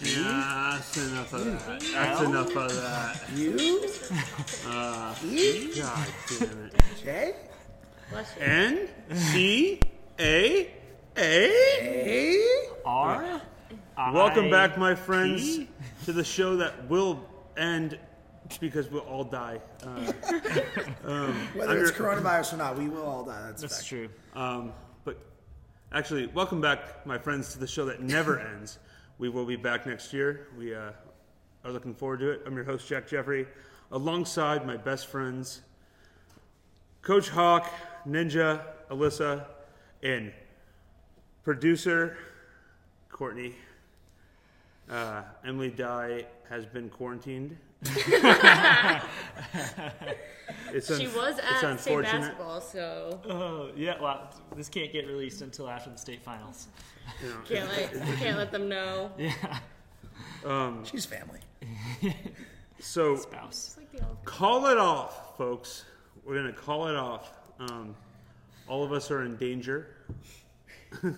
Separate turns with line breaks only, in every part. Yeah, that's enough of that. That's
Ow.
enough of that.
You?
Uh,
You?
God damn it.
J?
Bless you.
N C A A.
A?
R.
Welcome
I-
back, my friends, to the show that will end because we'll all die. Uh,
Whether it's
Under-
coronavirus or not, we will all die. That's, a
That's
fact.
true.
um, but actually, welcome back, my friends, to the show that never ends. We will be back next year. We uh, are looking forward to it. I'm your host, Jack Jeffrey, alongside my best friends, Coach Hawk, Ninja, Alyssa, and producer Courtney. Uh, Emily Dye has been quarantined. it's
She
unf-
was
it's
at state
unfortunate.
basketball, so
Oh yeah. Well, this can't get released until after the state finals.
you know.
can't let can't let them know.
Yeah.
She's family.
So
Spouse.
call it off, folks. We're gonna call it off. Um, all of us are in danger. uh,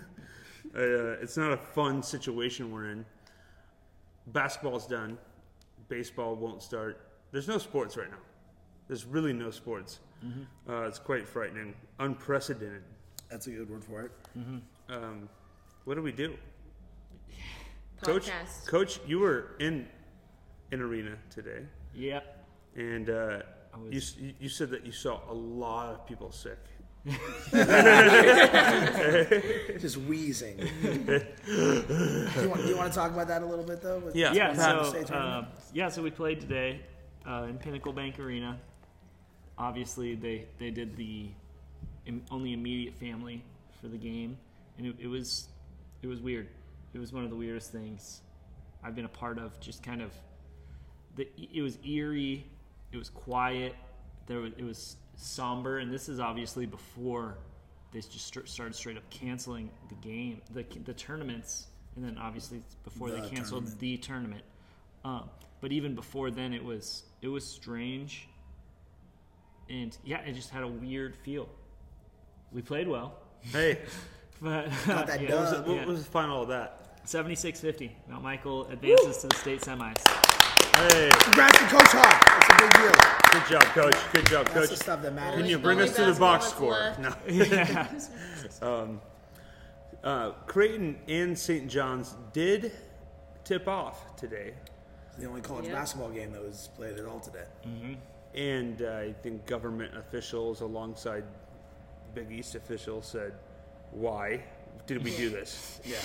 it's not a fun situation we're in. Basketball's done. Baseball won't start. There's no sports right now. There's really no sports. Uh, it's quite frightening, unprecedented.
That's a good word for it.
Um, what do we do, Coach?
Podcast.
Coach, you were in an arena today.
Yep.
and uh,
was-
you s you, you said that you saw a lot of people sick.
Just wheezing. do, you want, do you want to talk about that a little bit, though? With-
Yeah.
Yeah.
Pat.
So
State
uh,
tournament?
yeah. So we played today uh, in Pinnacle Bank Arena. Obviously, they they did the im- only immediate family for the game, and it, it was it was weird. It was one of the weirdest things I've been a part of. Just kind of the it was eerie. It was quiet. There was, it was somber, and this is obviously before they just str- started straight up canceling the game, the the tournaments, and then obviously it's before they
The
canceled
tournament.
the tournament. Um, but even before then, it was it was strange, and yeah, it just had a weird feel. We played well,
Hey,
but
that
yeah,
dub.
what,
yeah.
was the final of that?
76-50. Mount Michael advances to the state semis.
Hey,
Congrats to Coach Hawk. It's a big deal.
good job, coach. Good job,
That's the
coach.
stuff that matters.
Can you
Only
bring us to the
basketball
box
that's
score?
left.
No. um, uh, Creighton and St. John's did tip off today,
The only college
Yeah.
basketball game that was played at all today.
and uh, I think government officials, alongside Big East officials, said, "Why did we do this?
Yeah.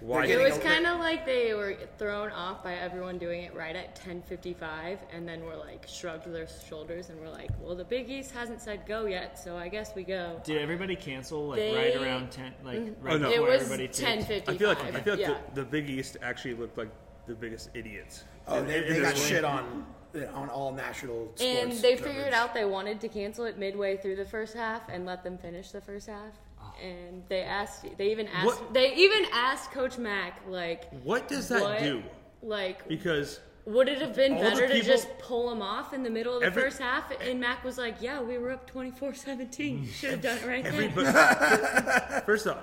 Why?"
They're
It
did
was
Getting
kind of like they were thrown off by everyone doing it right at 10:55, and then were like shrugged their shoulders and were like, "Well, the Big East hasn't said go yet, so I guess we go."
Did everybody cancel like
They- Mm-hmm.
right around ten? Like right
Oh, no.
before
It was
everybody taped?
10:55.
I feel like I feel like
yeah.
the, the Big East actually looked like the biggest idiots.
Oh,
In-
they,
in
they
their
got
win.
shit on on all national sports.
and they
coverage.
figured out they wanted to cancel it midway through the first half and let them finish the first half. And they asked. They even asked.
Ah. What-
They even asked Coach Mack like,
What does that
what,
do?
like,
Because
would it have been
all the
better to
people-
just pull them off in the middle of the
Every-
first half? And Mack was like, "Yeah, we were up 24-17.
Mm.
Should have done it right then."
everybody, first off,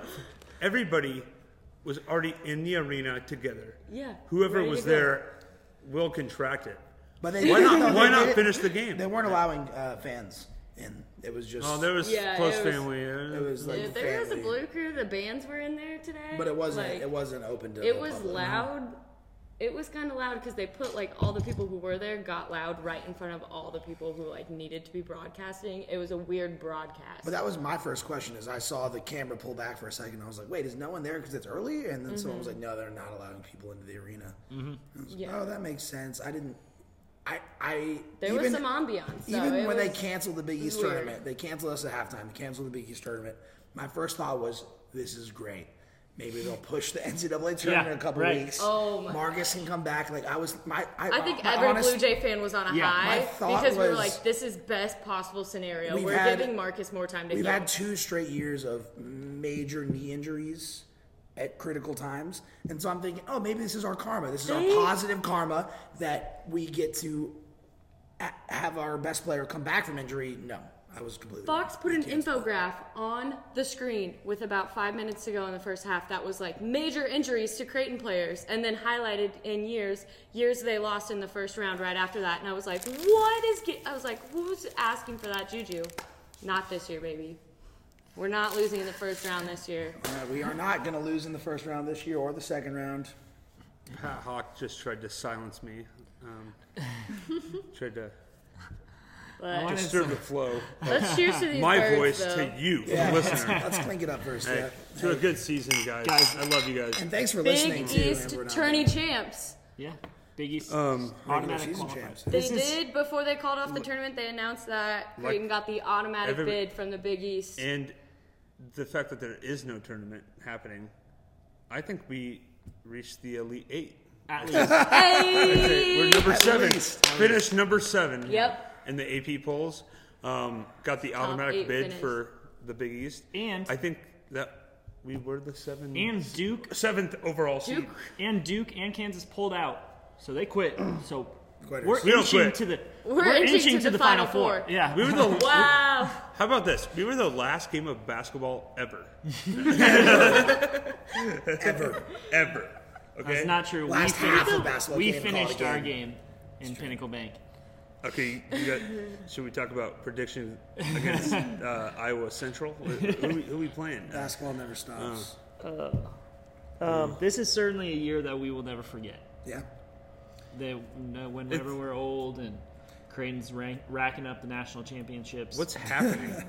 everybody was already in the arena together.
Yeah,
Whoever
ready to
was
go.
there will contract it.
But they,
Why
no,
not?
they
Why
did
not
it-
finish the game?
They weren't allowing uh, fans in. It was just.
Oh, there was
Yeah,
close
it was-
family. uh,
it was like
Yeah, there was a
family.
blue crew. The bands were in there today,
But it wasn't.
Like,
it wasn't open to.
It
the
was
public.
loud. It was kind of loud because they put like all the people who were there got loud right in front of all the people who like needed to be broadcasting. It was a weird broadcast.
But that was my first question. Is I saw the camera pull back for a second. I was like, "Wait, is no one there?" Because it's early. And then someone was like, "No, they're not allowing people into the arena." Mm-hmm.
Mm-hmm. Yeah.
Oh, that makes sense. I didn't. I I.
there
even,
was some ambiance. though.
even
It
when they
was-
canceled the Big
it was
East
weird.
tournament, they canceled us at halftime. They canceled the Big East tournament. My first thought was, "This is great. Maybe they'll push the NCAA tournament
Yeah,
in a couple
right.
weeks.
Oh my
Marcus can come back." Like I was, my I,
I think
my
every
honest-
Blue Jay fan was on a
Yeah.
high
My thought
because we were
was-
like, "This is best possible scenario.
We've
We're
had-
giving Marcus more time to
We've
heal."
had two straight years of major knee injuries at critical times. And so I'm thinking, oh, maybe this is our karma. This is our
They-
positive karma that we get to a- have our best player come back from injury. No. I was completely
Fox put an infograph on the screen with about five minutes to go in the first half that was like major injuries to Creighton players and then highlighted in years, years they lost in the first round right after that. And I was like, what is, ge-? I was like, who's asking for that juju? Not this year, baby. We're not losing in the first round this year.
All right, we are not going to lose in the first round this year or the second round.
Pat Hawk just tried to silence me. Um, tried to
I
But
wanted
disturb
some-
the flow.
let's cheers to these
My
birds,
voice
though.
to you,
Yeah.
the listener.
Let's clink it up first.
Hey,
Yeah.
it's been a good season, guys.
Guys.
I love you guys.
And thanks for listening
Big
to
East tourney champs.
Yeah, Big East
Um,
automatic
season
qualifier.
champs.
They
This is-
did before they called off the tournament. They announced that
Like-
Creighton got the automatic
Every-
bid from the Big East.
And the fact that there is no tournament happening, I think we reached the elite eight.
At least.
Hey, We're
Hey!
number seven.
least.
Finished number seven.
Yep.
In the AP polls, um, got the automatic
eight
bid
finish.
for the Big East,
And-
I think that we were the seven
and Duke,
seventh overall seed.
Duke,
and Duke, and Kansas pulled out, so they quit. So
Quitters.
we're
We don't
inching
quit.
to the
We're inching to the Final Four.
Yeah,
We were the
wow.
How about this? We were the last game of basketball ever,
Ever.
ever. Okay.
That's not true.
Last
we
half
finished,
of basketball
we
game,
finished
call it a
our
game.
game in Pinnacle Bank.
Okay, you got, should we talk about prediction against uh, Iowa Central? Who, who, who we playing? Uh,
Basketball never stops.
Uh,
Hmm.
Um, this is certainly a year that we will never forget.
Yeah.
They, no- whenever
It's-
we're old and Creighton's rank, racking up the national championships.
What's happening?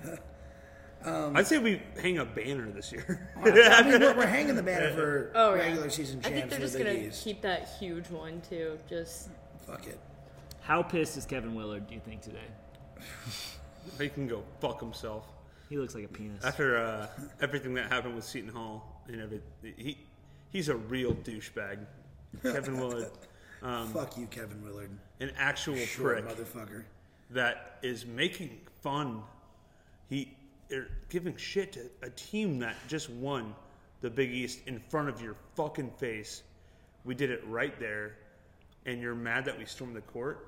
I'd say we hang a banner this year.
I mean, we're, we're hanging the banner for
Oh, yeah.
regular season
I think
champs
they're
for
just
the
gonna
Big East.
keep that huge one too. Just
Fuck it.
How pissed is Kevin Willard? Do you think today?
he can go fuck himself
He looks like a penis.
after uh, everything that happened with Seton Hall and every he he's a real douchebag. Kevin Willard, um,
Fuck you, Kevin Willard.
an actual
Short
prick
motherfucker.
that is making fun. He er, giving shit to a team that just won the Big East in front of your fucking face. We did it right there, and you're mad that we stormed the court.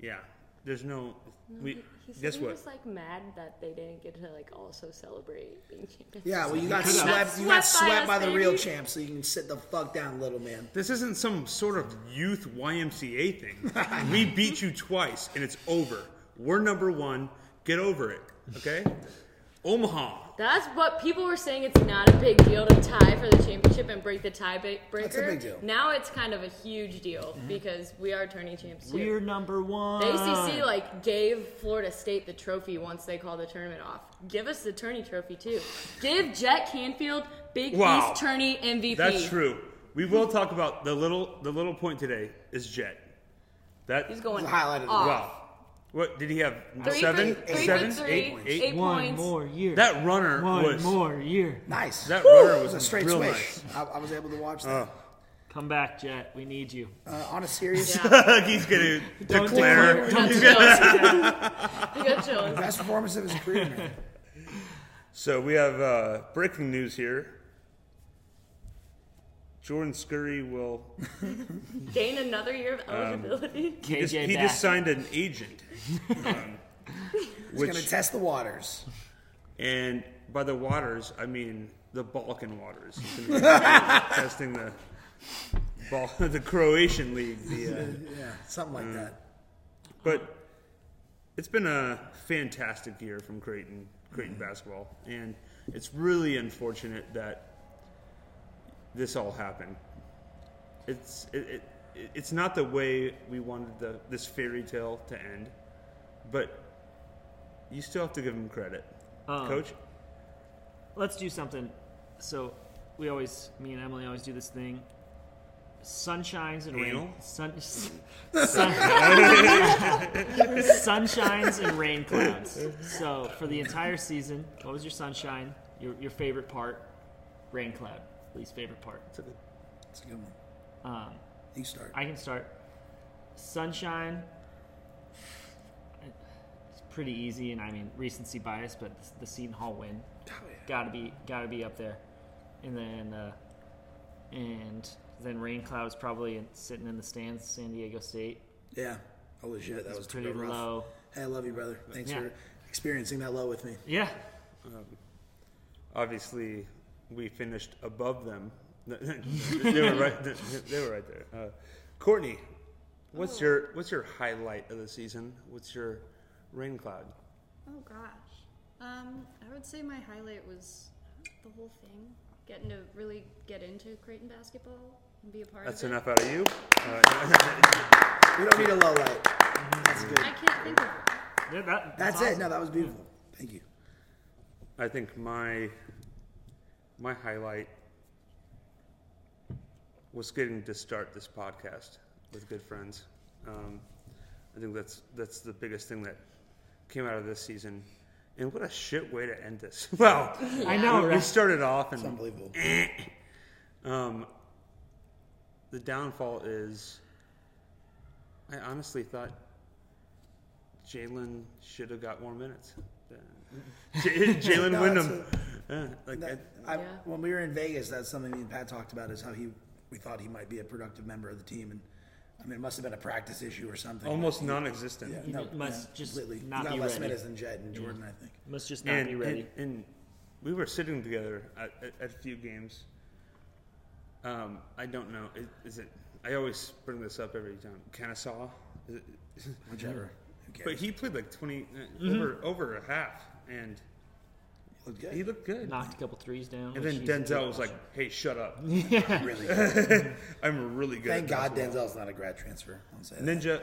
Yeah, there's no. we
he said
guess
he
what?
was like mad that they didn't get to like also celebrate being champions.
Yeah, well, you got
could've-
swept. You got
Swept by
swept
us,
by the real
baby.
champs, so you can sit the fuck down, little man.
This isn't some sort of youth YMCA thing. we beat you twice and it's over. We're number one. Get over it. Okay? Omaha.
That's what people were saying. It's not a big deal to tie for the championship and break the tie ba- breaker.
That's a big deal. Mm-hmm.
Now it's kind of a huge deal because we are tourney champs too.
We're number one.
The ACC like gave Florida State the trophy once they called the tournament off. Give us the tourney trophy too. Give Jet Canfield Big
Wow.
East tourney MVP.
That's true. We will talk about the little the little point today is Jet. That
He's going
The highlight of the-
off.
wow. What did he have?
Three
seven,
for, three
seven,
for three,
eight, eight?
eight
one
points.
more year.
That runner
one
was
more year.
Nice.
that runner
it
was,
was a straight
real
swish. I, I was able to watch that.
Come back, Jet. We need you.
Uh, on a serious,
Yeah,
nice. He's gonna declare.
declare. Don't
you got chills. You got chills.
best performance of his career, man.
So we have uh, breaking news here. Jordan Scurry will
Gain another year
Um,
of eligibility.
KJ
just- he
back.
just signed an agent. um,
He's gonna
which,
test the waters.
and by the waters, I mean the Balkan waters. He's gonna be testing the Bal- the Croatian league. The, uh,
Yeah, something like that.
but it's been a fantastic year from Creighton, Creighton basketball, and it's really unfortunate that this all happened. It's it, it, it's not the way we wanted the, this fairy tale to end, but you still have to give him credit,
Um,
coach.
Let's do something. So we always, me and Emily always do this thing. Sunshines and rain.
Anal?
Sun, sun, sunshines and rain clouds. So for the entire season, what was your sunshine? Your, your favorite part? Rain cloud. Least favorite part.
It's a good one.
Um,
You start.
I can start. Sunshine. It's pretty easy, and I mean recency bias, but the Seton Hall win
Oh,
got to be got to be up there, and then uh, and then rain clouds probably in- sitting in the stands. San Diego State
yeah. Holy shit, that was
pretty
rough.
low.
Hey, I love you, brother. Thanks
Yeah.
for experiencing that low with me.
Yeah.
obviously we finished above them. they were right. They, they were right there. Uh, Courtney, what's your what's your highlight of the season? What's your rain cloud?
Oh gosh. Um, I would say my highlight was the whole thing, getting to really get into Creighton basketball and be a part
That's
of it.
enough out of you.
We don't need a low light. That's good.
I can't think of it.
Yeah, that,
That's it. No, that was beautiful. Thank you.
I think my my highlight was getting to start this podcast with good friends. Um, I think that's that's the biggest thing that came out of this season. And what a shit way to end this. Well,
I know,
we- we
right?
started off and
It's unbelievable.
um, the downfall is, I honestly thought Jalen should have got more minutes. J- Jalen
No,
Wyndham. Yeah, like,
That-
I-
I,
Yeah.
When we were in Vegas, that's something me and Pat talked about is how he we thought he might be a productive member of the team, and I mean it must have been a practice issue or something.
almost non-existent.
Yeah, no,
must
yeah,
just
completely.
not
he got
be
less
ready.
minutes than Jed and Jordan, I think.
Must just not
And,
be ready.
and, and we were sitting together at, at, at a few games. Um, I don't know. Is, is it? I always bring this up every time. Kennesaw. Is it,
Whichever. Who cares?
but he played like 20 uh,
Mm-hmm.
over over a half, and
looked good.
he looked good.
Knocked a couple threes
And
down. which
then
he's a
Denzel
good
was like,
option.
"Hey, shut up!
really good.
I'm really good."
Thank
at
God
basketball."
Denzel's not a grad transfer. I'll say that.
Ninja,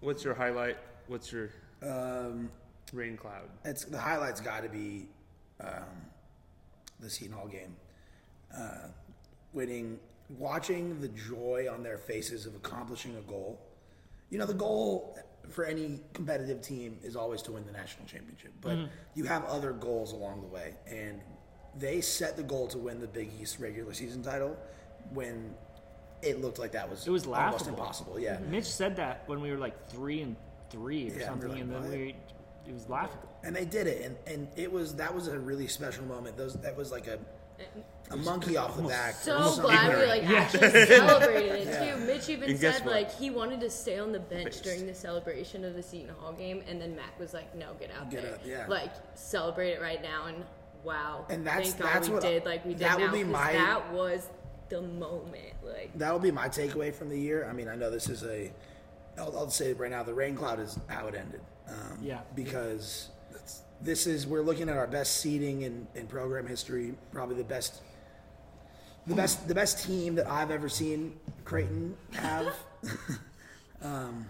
what's your highlight? What's your
Um,
rain cloud?
it's the highlights got to be um, the Seton Hall game, uh, winning, watching the joy on their faces of accomplishing a goal. You know, the goal for any competitive team is always to win the national championship, but
Mm-hmm.
you have other goals along the way, and they set the goal to win the Big East regular season title when it looked like that was
It was
almost
laughable. Mm-hmm.
impossible. Yeah,
Mitch said that when we were like three and three or
Yeah,
something,
really,
and then
what?
we it was laughable.
and they did it, and and it was that was a really special moment. Those that was like a a monkey off the back. or
So
something.
glad we like actually celebrated it
Yeah.
too. Mitch even
And guess
said
what?
like he wanted to stay on the bench
Faced.
during the celebration of the Seton Hall game, and then Mac was like, "No, get out
Get
there,
up, yeah.
like celebrate it right now." And wow,
And that's-
thank God
that's
we
what-
did. Like we did
that would
now,
be
'cause
my-
that was the moment. Like
That'll be my takeaway from the year. I mean, I know this is a. I'll, I'll say it right now. The rain cloud is how it ended. Um,
Yeah.
Because this is we're looking at our best seeding in, in program history. Probably the best. The best the best team that I've ever seen Creighton have. um,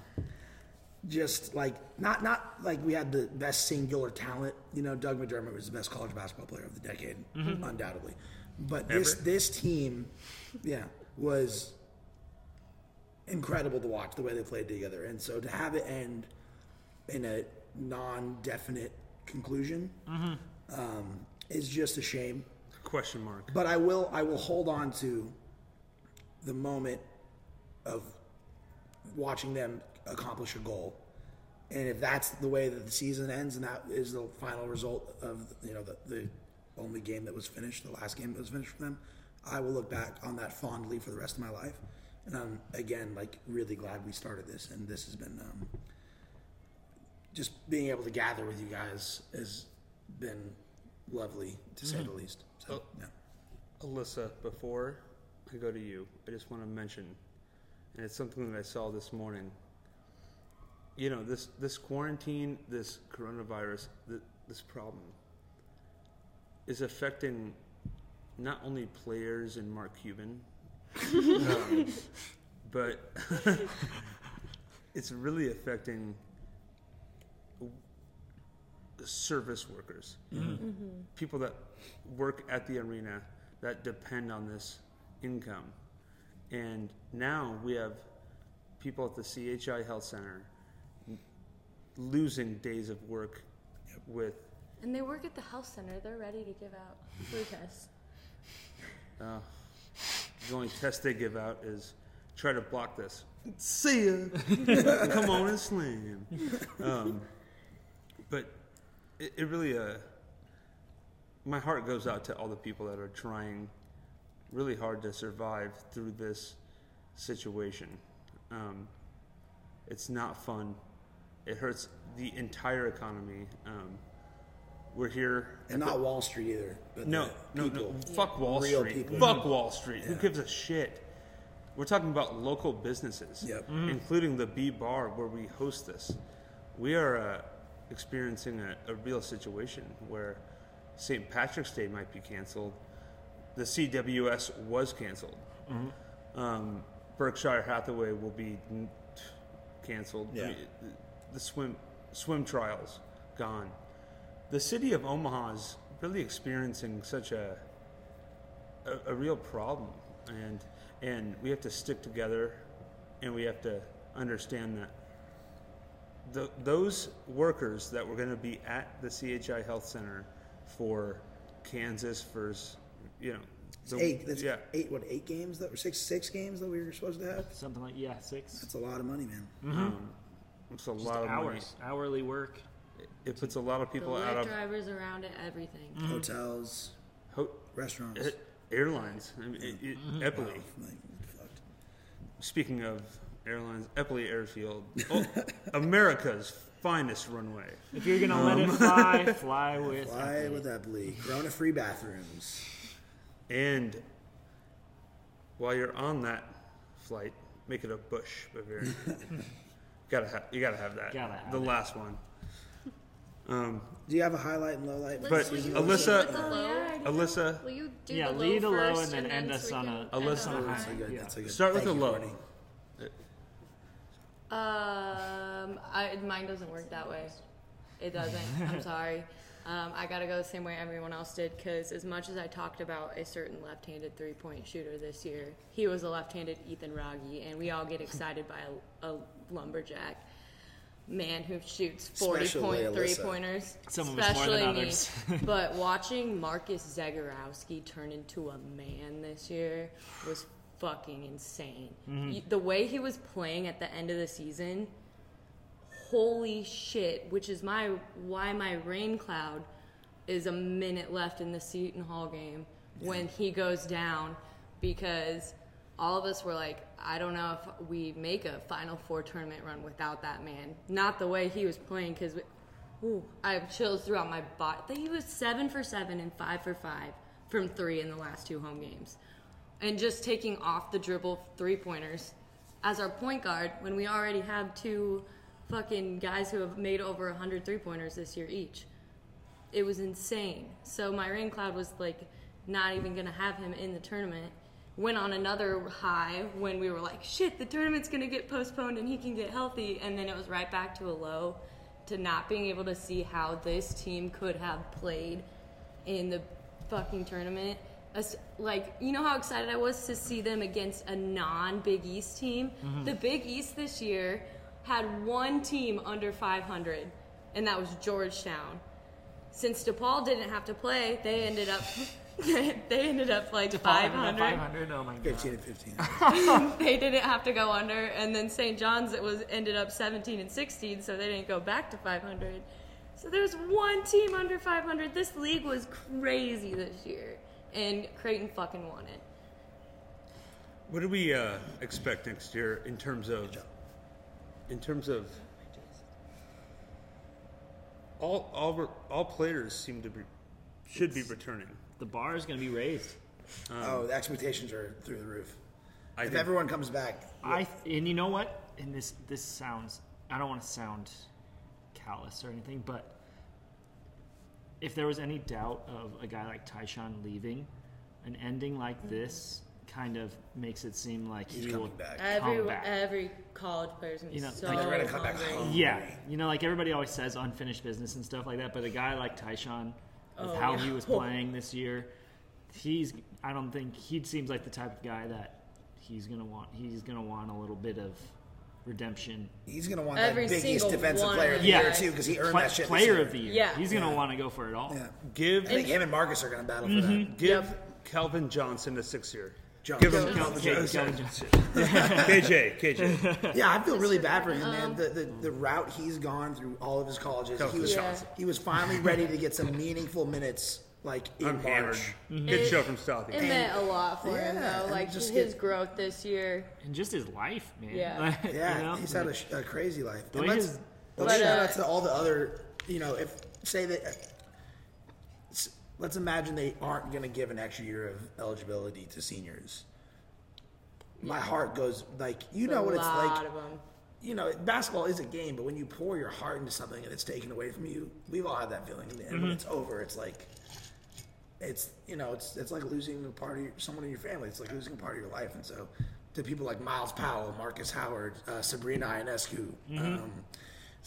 just like not not like we had the best singular talent. You know, Doug McDermott was the best college basketball player of the decade, undoubtedly. But this
Ever.
this team, yeah, was incredible to watch the way they played together. And so to have it end in a non-definite conclusion um, is just a shame.
Question mark.
But I will I will hold on to the moment of watching them accomplish a goal. And if that's the way that the season ends and that is the final result of you know the, the only game that was finished, the last game that was finished for them, I will look back on that fondly for the rest of my life. And I'm again like really glad we started this and this has been um, just being able to gather with you guys has been lovely to
Mm-hmm.
say the least.
Oh.
So yeah.
Alyssa, before I go to you, I just want to mention, and it's something that I saw this morning. You know, this this quarantine, this coronavirus, th- this problem is affecting not only players and Mark Cuban, um, but it's really affecting w- service workers people that work at the arena that depend on this income. And now we have people at the CHI Health Center losing days of work with
and they work at the health center. They're ready to give out flu tests.
the only test they give out is try to block this. See ya. Come on and slam. Um, but it, it really, uh, my heart goes out to all the people that are trying really hard to survive through this situation. Um, it's not fun. It hurts the entire economy. Um, We're here.
and not Wall Street either. But
No,
the
no, no.
people.
Fuck Wall
Real
Street.
people. Mm-hmm.
Fuck Wall Street. Who gives a shit? We're talking about local businesses,
Yep.
including the B Bar where we host this. We are uh, experiencing a, a real situation where St. Patrick's Day might be canceled. The CWS was canceled. Um, Berkshire Hathaway will be n- canceled.
Yeah.
The, the swim swim trials gone. The city of Omaha is really experiencing such a a, a real problem, and and we have to stick together, and we have to understand that the, those workers that were going to be at the CHI Health Center for Kansas for s- you know
It's
the-
eight. That's
yeah
eight. What eight games that were six six games that we were supposed to have?
Something like yeah, six
That's a lot of money, man.
Mm-hmm. it's a
Just
lot of money.
hours, hourly work.
It puts a lot of
The
people out
light
of
drivers around it, everything.
Hotels,
ho-
restaurants.
eh, airlines. I mean, it- it-
Mm-hmm.
Eppley.
Like, fucked.
Speaking of airlines, Eppley Airfield, oh, America's finest runway.
If you're
Um.
gonna let it fly, fly with.
Why would that be? Corona free bathrooms.
And while you're on that flight, make it a bush Bavarian. gotta have, you gotta have that.
Gotta have
the
it.
last one.
Do you have a highlight and low light?
But
Will you-
Alyssa-
will you do the low?
Alyssa,
Will you do
Yeah,
the
lead a
low
low
first
and then end us
so we
on
can
a-
end
Alyssa-
on a
That's a
high?
good.
Yeah.
That's a good.
Start with
thank
a
you,
low.
Courtney.
Um, I, mine doesn't work that way. It doesn't. I'm sorry. Um, I gotta go the same way everyone else did because as much as I talked about a certain left-handed three-point shooter this year, he was a left-handed Ethan Rogge, and we all get excited by a, a lumberjack man who shoots 40
Especially
point
Alyssa.
three pointers.
Some of us more than
Especially me.
others.
but watching Marcus Zagorowski turn into a man this year was fucking insane.
Mm-hmm.
You- The way he was playing at the end of the season, holy shit! Which is my why my rain cloud is a minute left in the Seton Hall game when he goes down because all of us were like, I don't know if we make a Final Four tournament run without that man. Not the way he was playing because I have chills throughout my body. That He was seven for seven and five for five from three in the last two home games, and just taking off the dribble three pointers as our point guard when we already have two fucking guys who have made over 100 three pointers this year each it was insane. So my rain cloud was like not even gonna have him in the tournament. Went on another high when we were like, shit, the tournament's gonna get postponed and he can get healthy. And then it was right back to a low to not being able to see how this team could have played in the fucking tournament. As- Like, you know how excited I was to see them against a non Big East team? The Big East this year had one team under 500, and that was Georgetown since DePaul didn't have to play, they ended up they ended up like 500.
500. Oh my god.
Fifteen and fifteen.
Um,
They didn't have to go under, and then St. John's it was ended up 17 and 16, so they didn't go back to 500. So there's one team under 500. This league was crazy this year, and Creighton fucking won it.
What do we uh, expect next year in terms of in terms of all all re- all players seem to be should be returning.
The bar is gonna be raised.
oh, the expectations are through the roof.
I
if
think-
everyone comes back,
I th- and you know what? And this this sounds I don't want to sound callous or anything, but if there was any doubt of a guy like Tyshawn leaving, an ending like this kind of makes it seem like
Mm-hmm. he's
he will.
coming back.
Every
Comeback.
every college player's gonna be
You know,
so
like-
They're gonna come back
hungry.
home.
Yeah, you know, like everybody always says, unfinished business and stuff like that. But a guy like Tyshawn, with
Oh,
how
yeah.
he was playing this year, he's I don't think he seems like the type of guy that he's gonna want. He's gonna want a little bit of redemption
He's gonna want
Every
that biggest
single
defensive
one
player
of
of the
you
year
guys.
too, because he earned
Pla-
that shit. this
player
year.
of the year.
Yeah.
He's going to
Yeah.
want to go for it all.
Yeah,
Give
I think him and Marcus are gonna battle for that.
Mm-hmm.
give Calvin Johnson a six year.
Johnson.
Give him
Calvin
K-
Johnson.
Calvin Johnson. KJ KJ.
Yeah, I feel really bad for him,
Um,
man. The, the the route he's gone through all of his colleges, he
Calvin
was
Johnson.
he was finally ready to get some meaningful minutes, like in
I'm hammered. Mm-hmm.
March.
Good show from Southie.
It meant a lot for him
Yeah, and
though, like
just
his
get-
growth this year.
And just his life, man.
Yeah.
Like,
Yeah,
you know?
he's had a, sh- a crazy life.
The
And
way
let's
his-
let's
But,
shout
uh,
out to all the other, you know, if say that uh, let's imagine they aren't going to give an extra year of eligibility to seniors. My heart goes like you know what it's
A lot
like.
of them.
You know, basketball is a game, but when you pour your heart into something and it's taken away from you, we've all had that feeling. And
Mm-hmm.
when it's over, it's like it's you know it's it's like losing a part of your, someone in your family. It's like losing a part of your life. And so, to people like Miles Powell, Marcus Howard, uh, Sabrina Ionescu,
Mm-hmm.
um,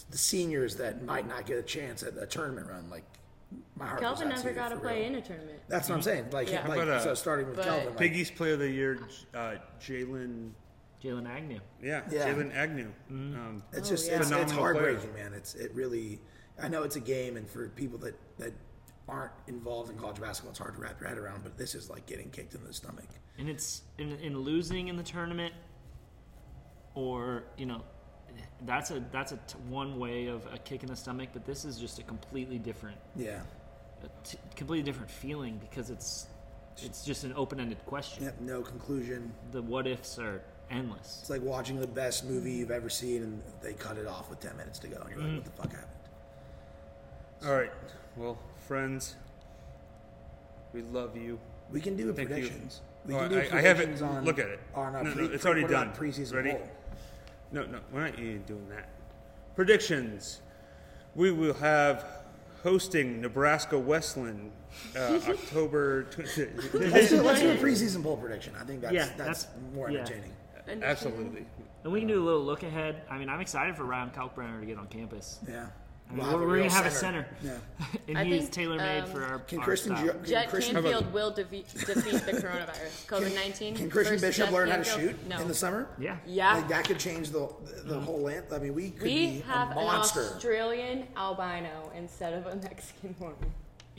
the seniors that might not get a chance at a tournament run, like my heart.
Kelvin
goes out
never
to you,
got to
for
play
real.
in a tournament.
That's
Mm-hmm.
what I'm saying. Like,
Yeah.
like
But, uh,
so starting with
but-
Kelvin, like,
Big East Player of the Year, uh, Jalen.
Jalen Agnew.
Yeah,
Yeah.
Jalen Agnew. Um,
it's just
yeah.
it's, it's
Phenomenal player.
heartbreaking, man. It's it really. I know it's a game, and for people that that aren't involved in college basketball, it's hard to wrap your head around. But this is like getting kicked in the stomach.
and it's in, in losing in the tournament or you know that's a that's a t- one way of a kick in the stomach but this is just a completely different
Yeah.
a t- completely different feeling because it's it's just an open-ended question
Yep. No conclusion.
the what ifs are endless
It's like watching the best movie you've ever seen, and they cut it off with ten minutes to go, and you're
Mm.
like, "What the fuck happened?"
all right. Well, friends, we love you.
We can do
Thank you.
predictions. We
Oh,
can
I-
do
I have it.
predictions on.
Look at it.
On our
No, no,
pre-
it's already
what about
done.
Preseason
Ready?
poll?
No, no, we're not even doing that. Predictions. We will have hosting Nebraska Westland uh, October. tw-
Let's do, let's do a preseason poll prediction. I think that's
Yeah,
that's,
that's-
more
yeah.
entertaining.
Absolutely.
and we can do a little look ahead i mean i'm excited for ryan kalkbrenner to get on campus
Yeah.
I mean, we're, we're
real
gonna have a center
Yeah.
and
I
he's
think,
tailor-made
um,
for our,
Can
our
Christian,
style.
Gio- can
Jet
Christian,
Canfield will defeat, defeat the coronavirus, COVID nineteen.
can Christian Bishop learn how to shoot
No.
in the summer?
yeah
yeah,
Like that could change the the whole land. I mean, we could
we
be
have
a
an
monster.
Australian albino instead of a Mexican one.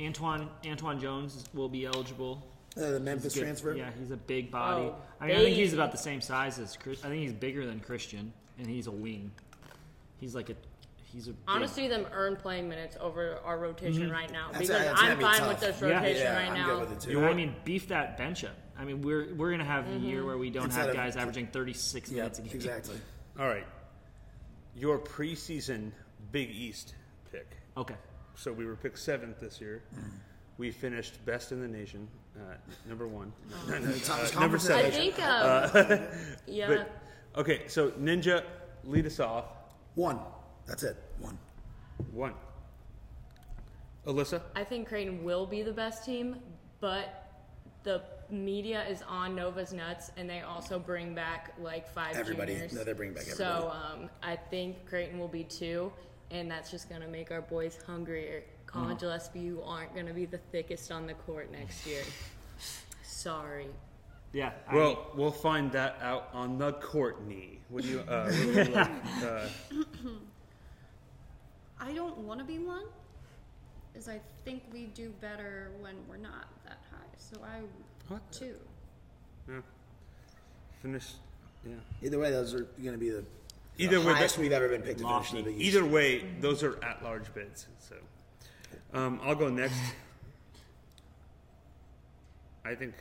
antoine antoine jones will be eligible
Uh, the Memphis
Good.
transfer.
Yeah, he's a big body.
Oh,
I mean, I think
big.
he's about the same size as Chris. I think he's bigger than Christian, and he's a wing. He's like a, he's a. big-
Honestly, them earn playing minutes over our rotation right now
Mm-hmm. That's-
because
that's gonna
I'm
be
fine
tough.
with this
Yeah.
rotation
Yeah,
right
I'm
now.
good with it too.
You know, I mean, beef that bench up. I mean, we're we're gonna have a
Mm-hmm.
year where we don't
Instead
have
of-
guys averaging 36
yeah,
minutes a game.
exactly.
All right. Your preseason Big East pick.
Okay.
So we were picked seventh this year. We finished best in the nation, uh, number one. No, no,
Thomas
uh, number
Conference
I
seven.
think, um,
Uh,
yeah,
But okay, so Ninja, lead us off.
One. That's it. One.
One. Alyssa.
I think Creighton will be the best team, but the media is on Nova's nuts, and they also bring back like five
Everybody.
juniors.
No, they bring back
So um, I think Creighton will be two, and that's just gonna make our boys hungrier. Colin
Mm-hmm.
Gillespie, you aren't gonna be the thickest on the court next year. Sorry.
Yeah. I mean,
Well, we'll find that out on the Courtney. Would you? Uh, would you like, uh,
I don't want to be one. Is I think we do better when we're not that high. So I
What?
two.
yeah. Finish. Yeah.
Either way, those are going to be the,
Either
the
way,
highest
that-
we've ever been picked to finish in the
Lofty.
Big East.
Either way, those are at-large bids. So, um, I'll go next. I think,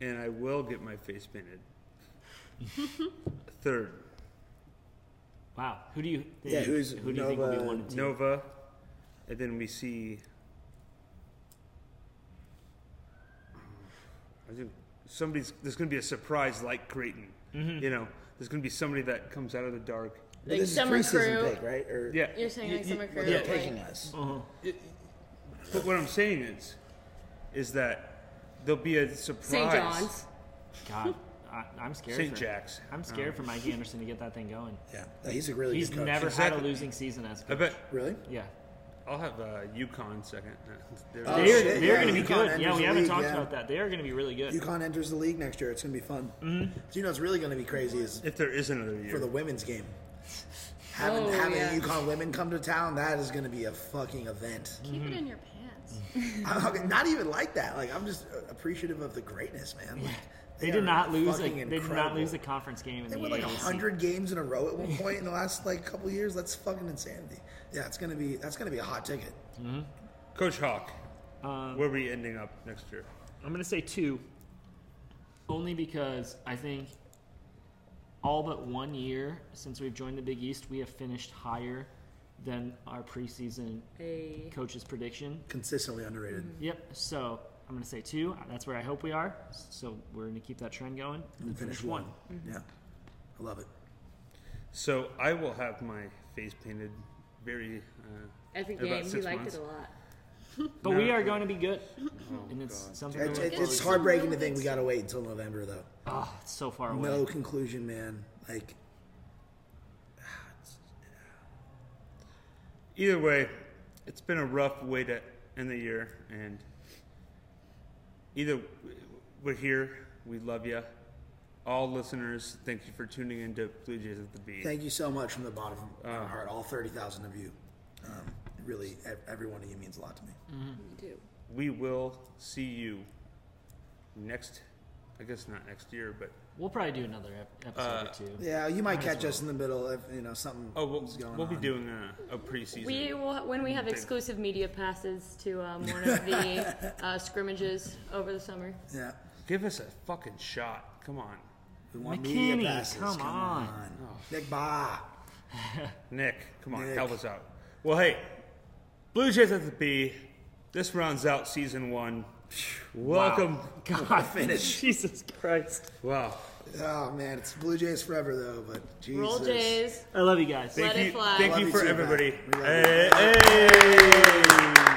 and I will get my face painted. Third,
wow. Who do you? Think,
Yeah, who's
who do you think will be
Nova-
one and two?
Nova, and then we see. I think somebody's. There's going to be a surprise like Creighton.
Mm-hmm.
You know, there's going to be somebody that comes out of the dark.
But
Like
this is
summer
preseason
crew.
pick, right? Or
Yeah,
You're saying
You-
like
you-
summer crew.
Well, they're
like-
taking us.
Oh.
But what I'm saying is, is that there'll be a surprise.
St. John's.
God, I, I'm scared.
St.
for-
Jack's.
I'm scared for Mike Anderson to get that thing going.
Yeah, No, he's a really
He's
good coach.
never
Exactly.
had a losing season as a
I
coach.
bet
really.
Yeah.
I'll have uh, UConn second. They're-
Oh,
They're,
shit,
they're
yeah,
going to be
UConn
good.
enters
Yeah, we
the
haven't
league,
talked
yeah.
about that. They are going to be really good.
UConn enters the league next year. It's going to be fun. Mm-hmm. Do you know what's really going to be crazy is
If there is another year,
for the women's game. Having
Oh,
having
yeah.
UConn women come to town, that is going to be a fucking event.
Keep
Mm-hmm.
it in your pants.
I'm not even like that. Like I'm just appreciative of the greatness, man. Like,
They did not
are
lose. Like,
fucking
they did not
incredible.
lose a conference game in
They
the
won like
AAC.
hundred games in a row at one point in the last like couple years. That's fucking insanity. Yeah, it's gonna be that's gonna be a hot ticket.
Coach Hawk, where are we ending up next year?
I'm going to say two, only because I think all but one year since we've joined the Big East, we have finished higher than our preseason
Hey.
coach's prediction.
Consistently underrated.
Mm-hmm.
Yep. So I'm gonna say two. That's where I hope we are. So we're gonna keep that trend going.
And finish one.
Mm-hmm.
Yeah. I love it.
So I will have my face painted very. Uh,
Every
in about
game, he
six
liked
months.
it a lot.
But we are going to be good, and it's
God.
something.
It's,
that
it's-
we're-
it's heartbreaking to think we got to wait until November, though.
Ah, it's so far away.
No conclusion, man. Like,
Either way, it's been a rough way to end the year, and either we're here. We love you, all listeners. Thank you for tuning in to Blue Jays at the B.
thank you so much from the bottom of my heart, all 30,000 of you. Um, really, e- every one of you means a lot to me.
You do.
we will see you next. I guess not next year, but
We'll probably do another ep- episode
Uh,
or two.
Yeah, you might
Might as
catch us in the middle if, you know, something
oh, we'll,
is going
we'll
on.
be doing a, a preseason.
We will, when we have
Thank-
exclusive media passes to um, one of the uh, scrimmages over the summer.
Yeah.
Give us a fucking shot. Come on,
We want
McKinney,
media passes.
come on.
Nick Ba.
Nick. Come on,
Nick.
help us out. Well, hey, Blue Jays at the B. This rounds out season one. Welcome.
God,
Finish.
Jesus Christ!
Wow.
Oh, man. It's Blue Jays forever, though, but Jesus.
Roll Jays.
I love you guys.
Let
Thank
it
you,
fly.
thank
Love
you
you
for
too, Matt.
everybody.
We love you.
Hey, hey.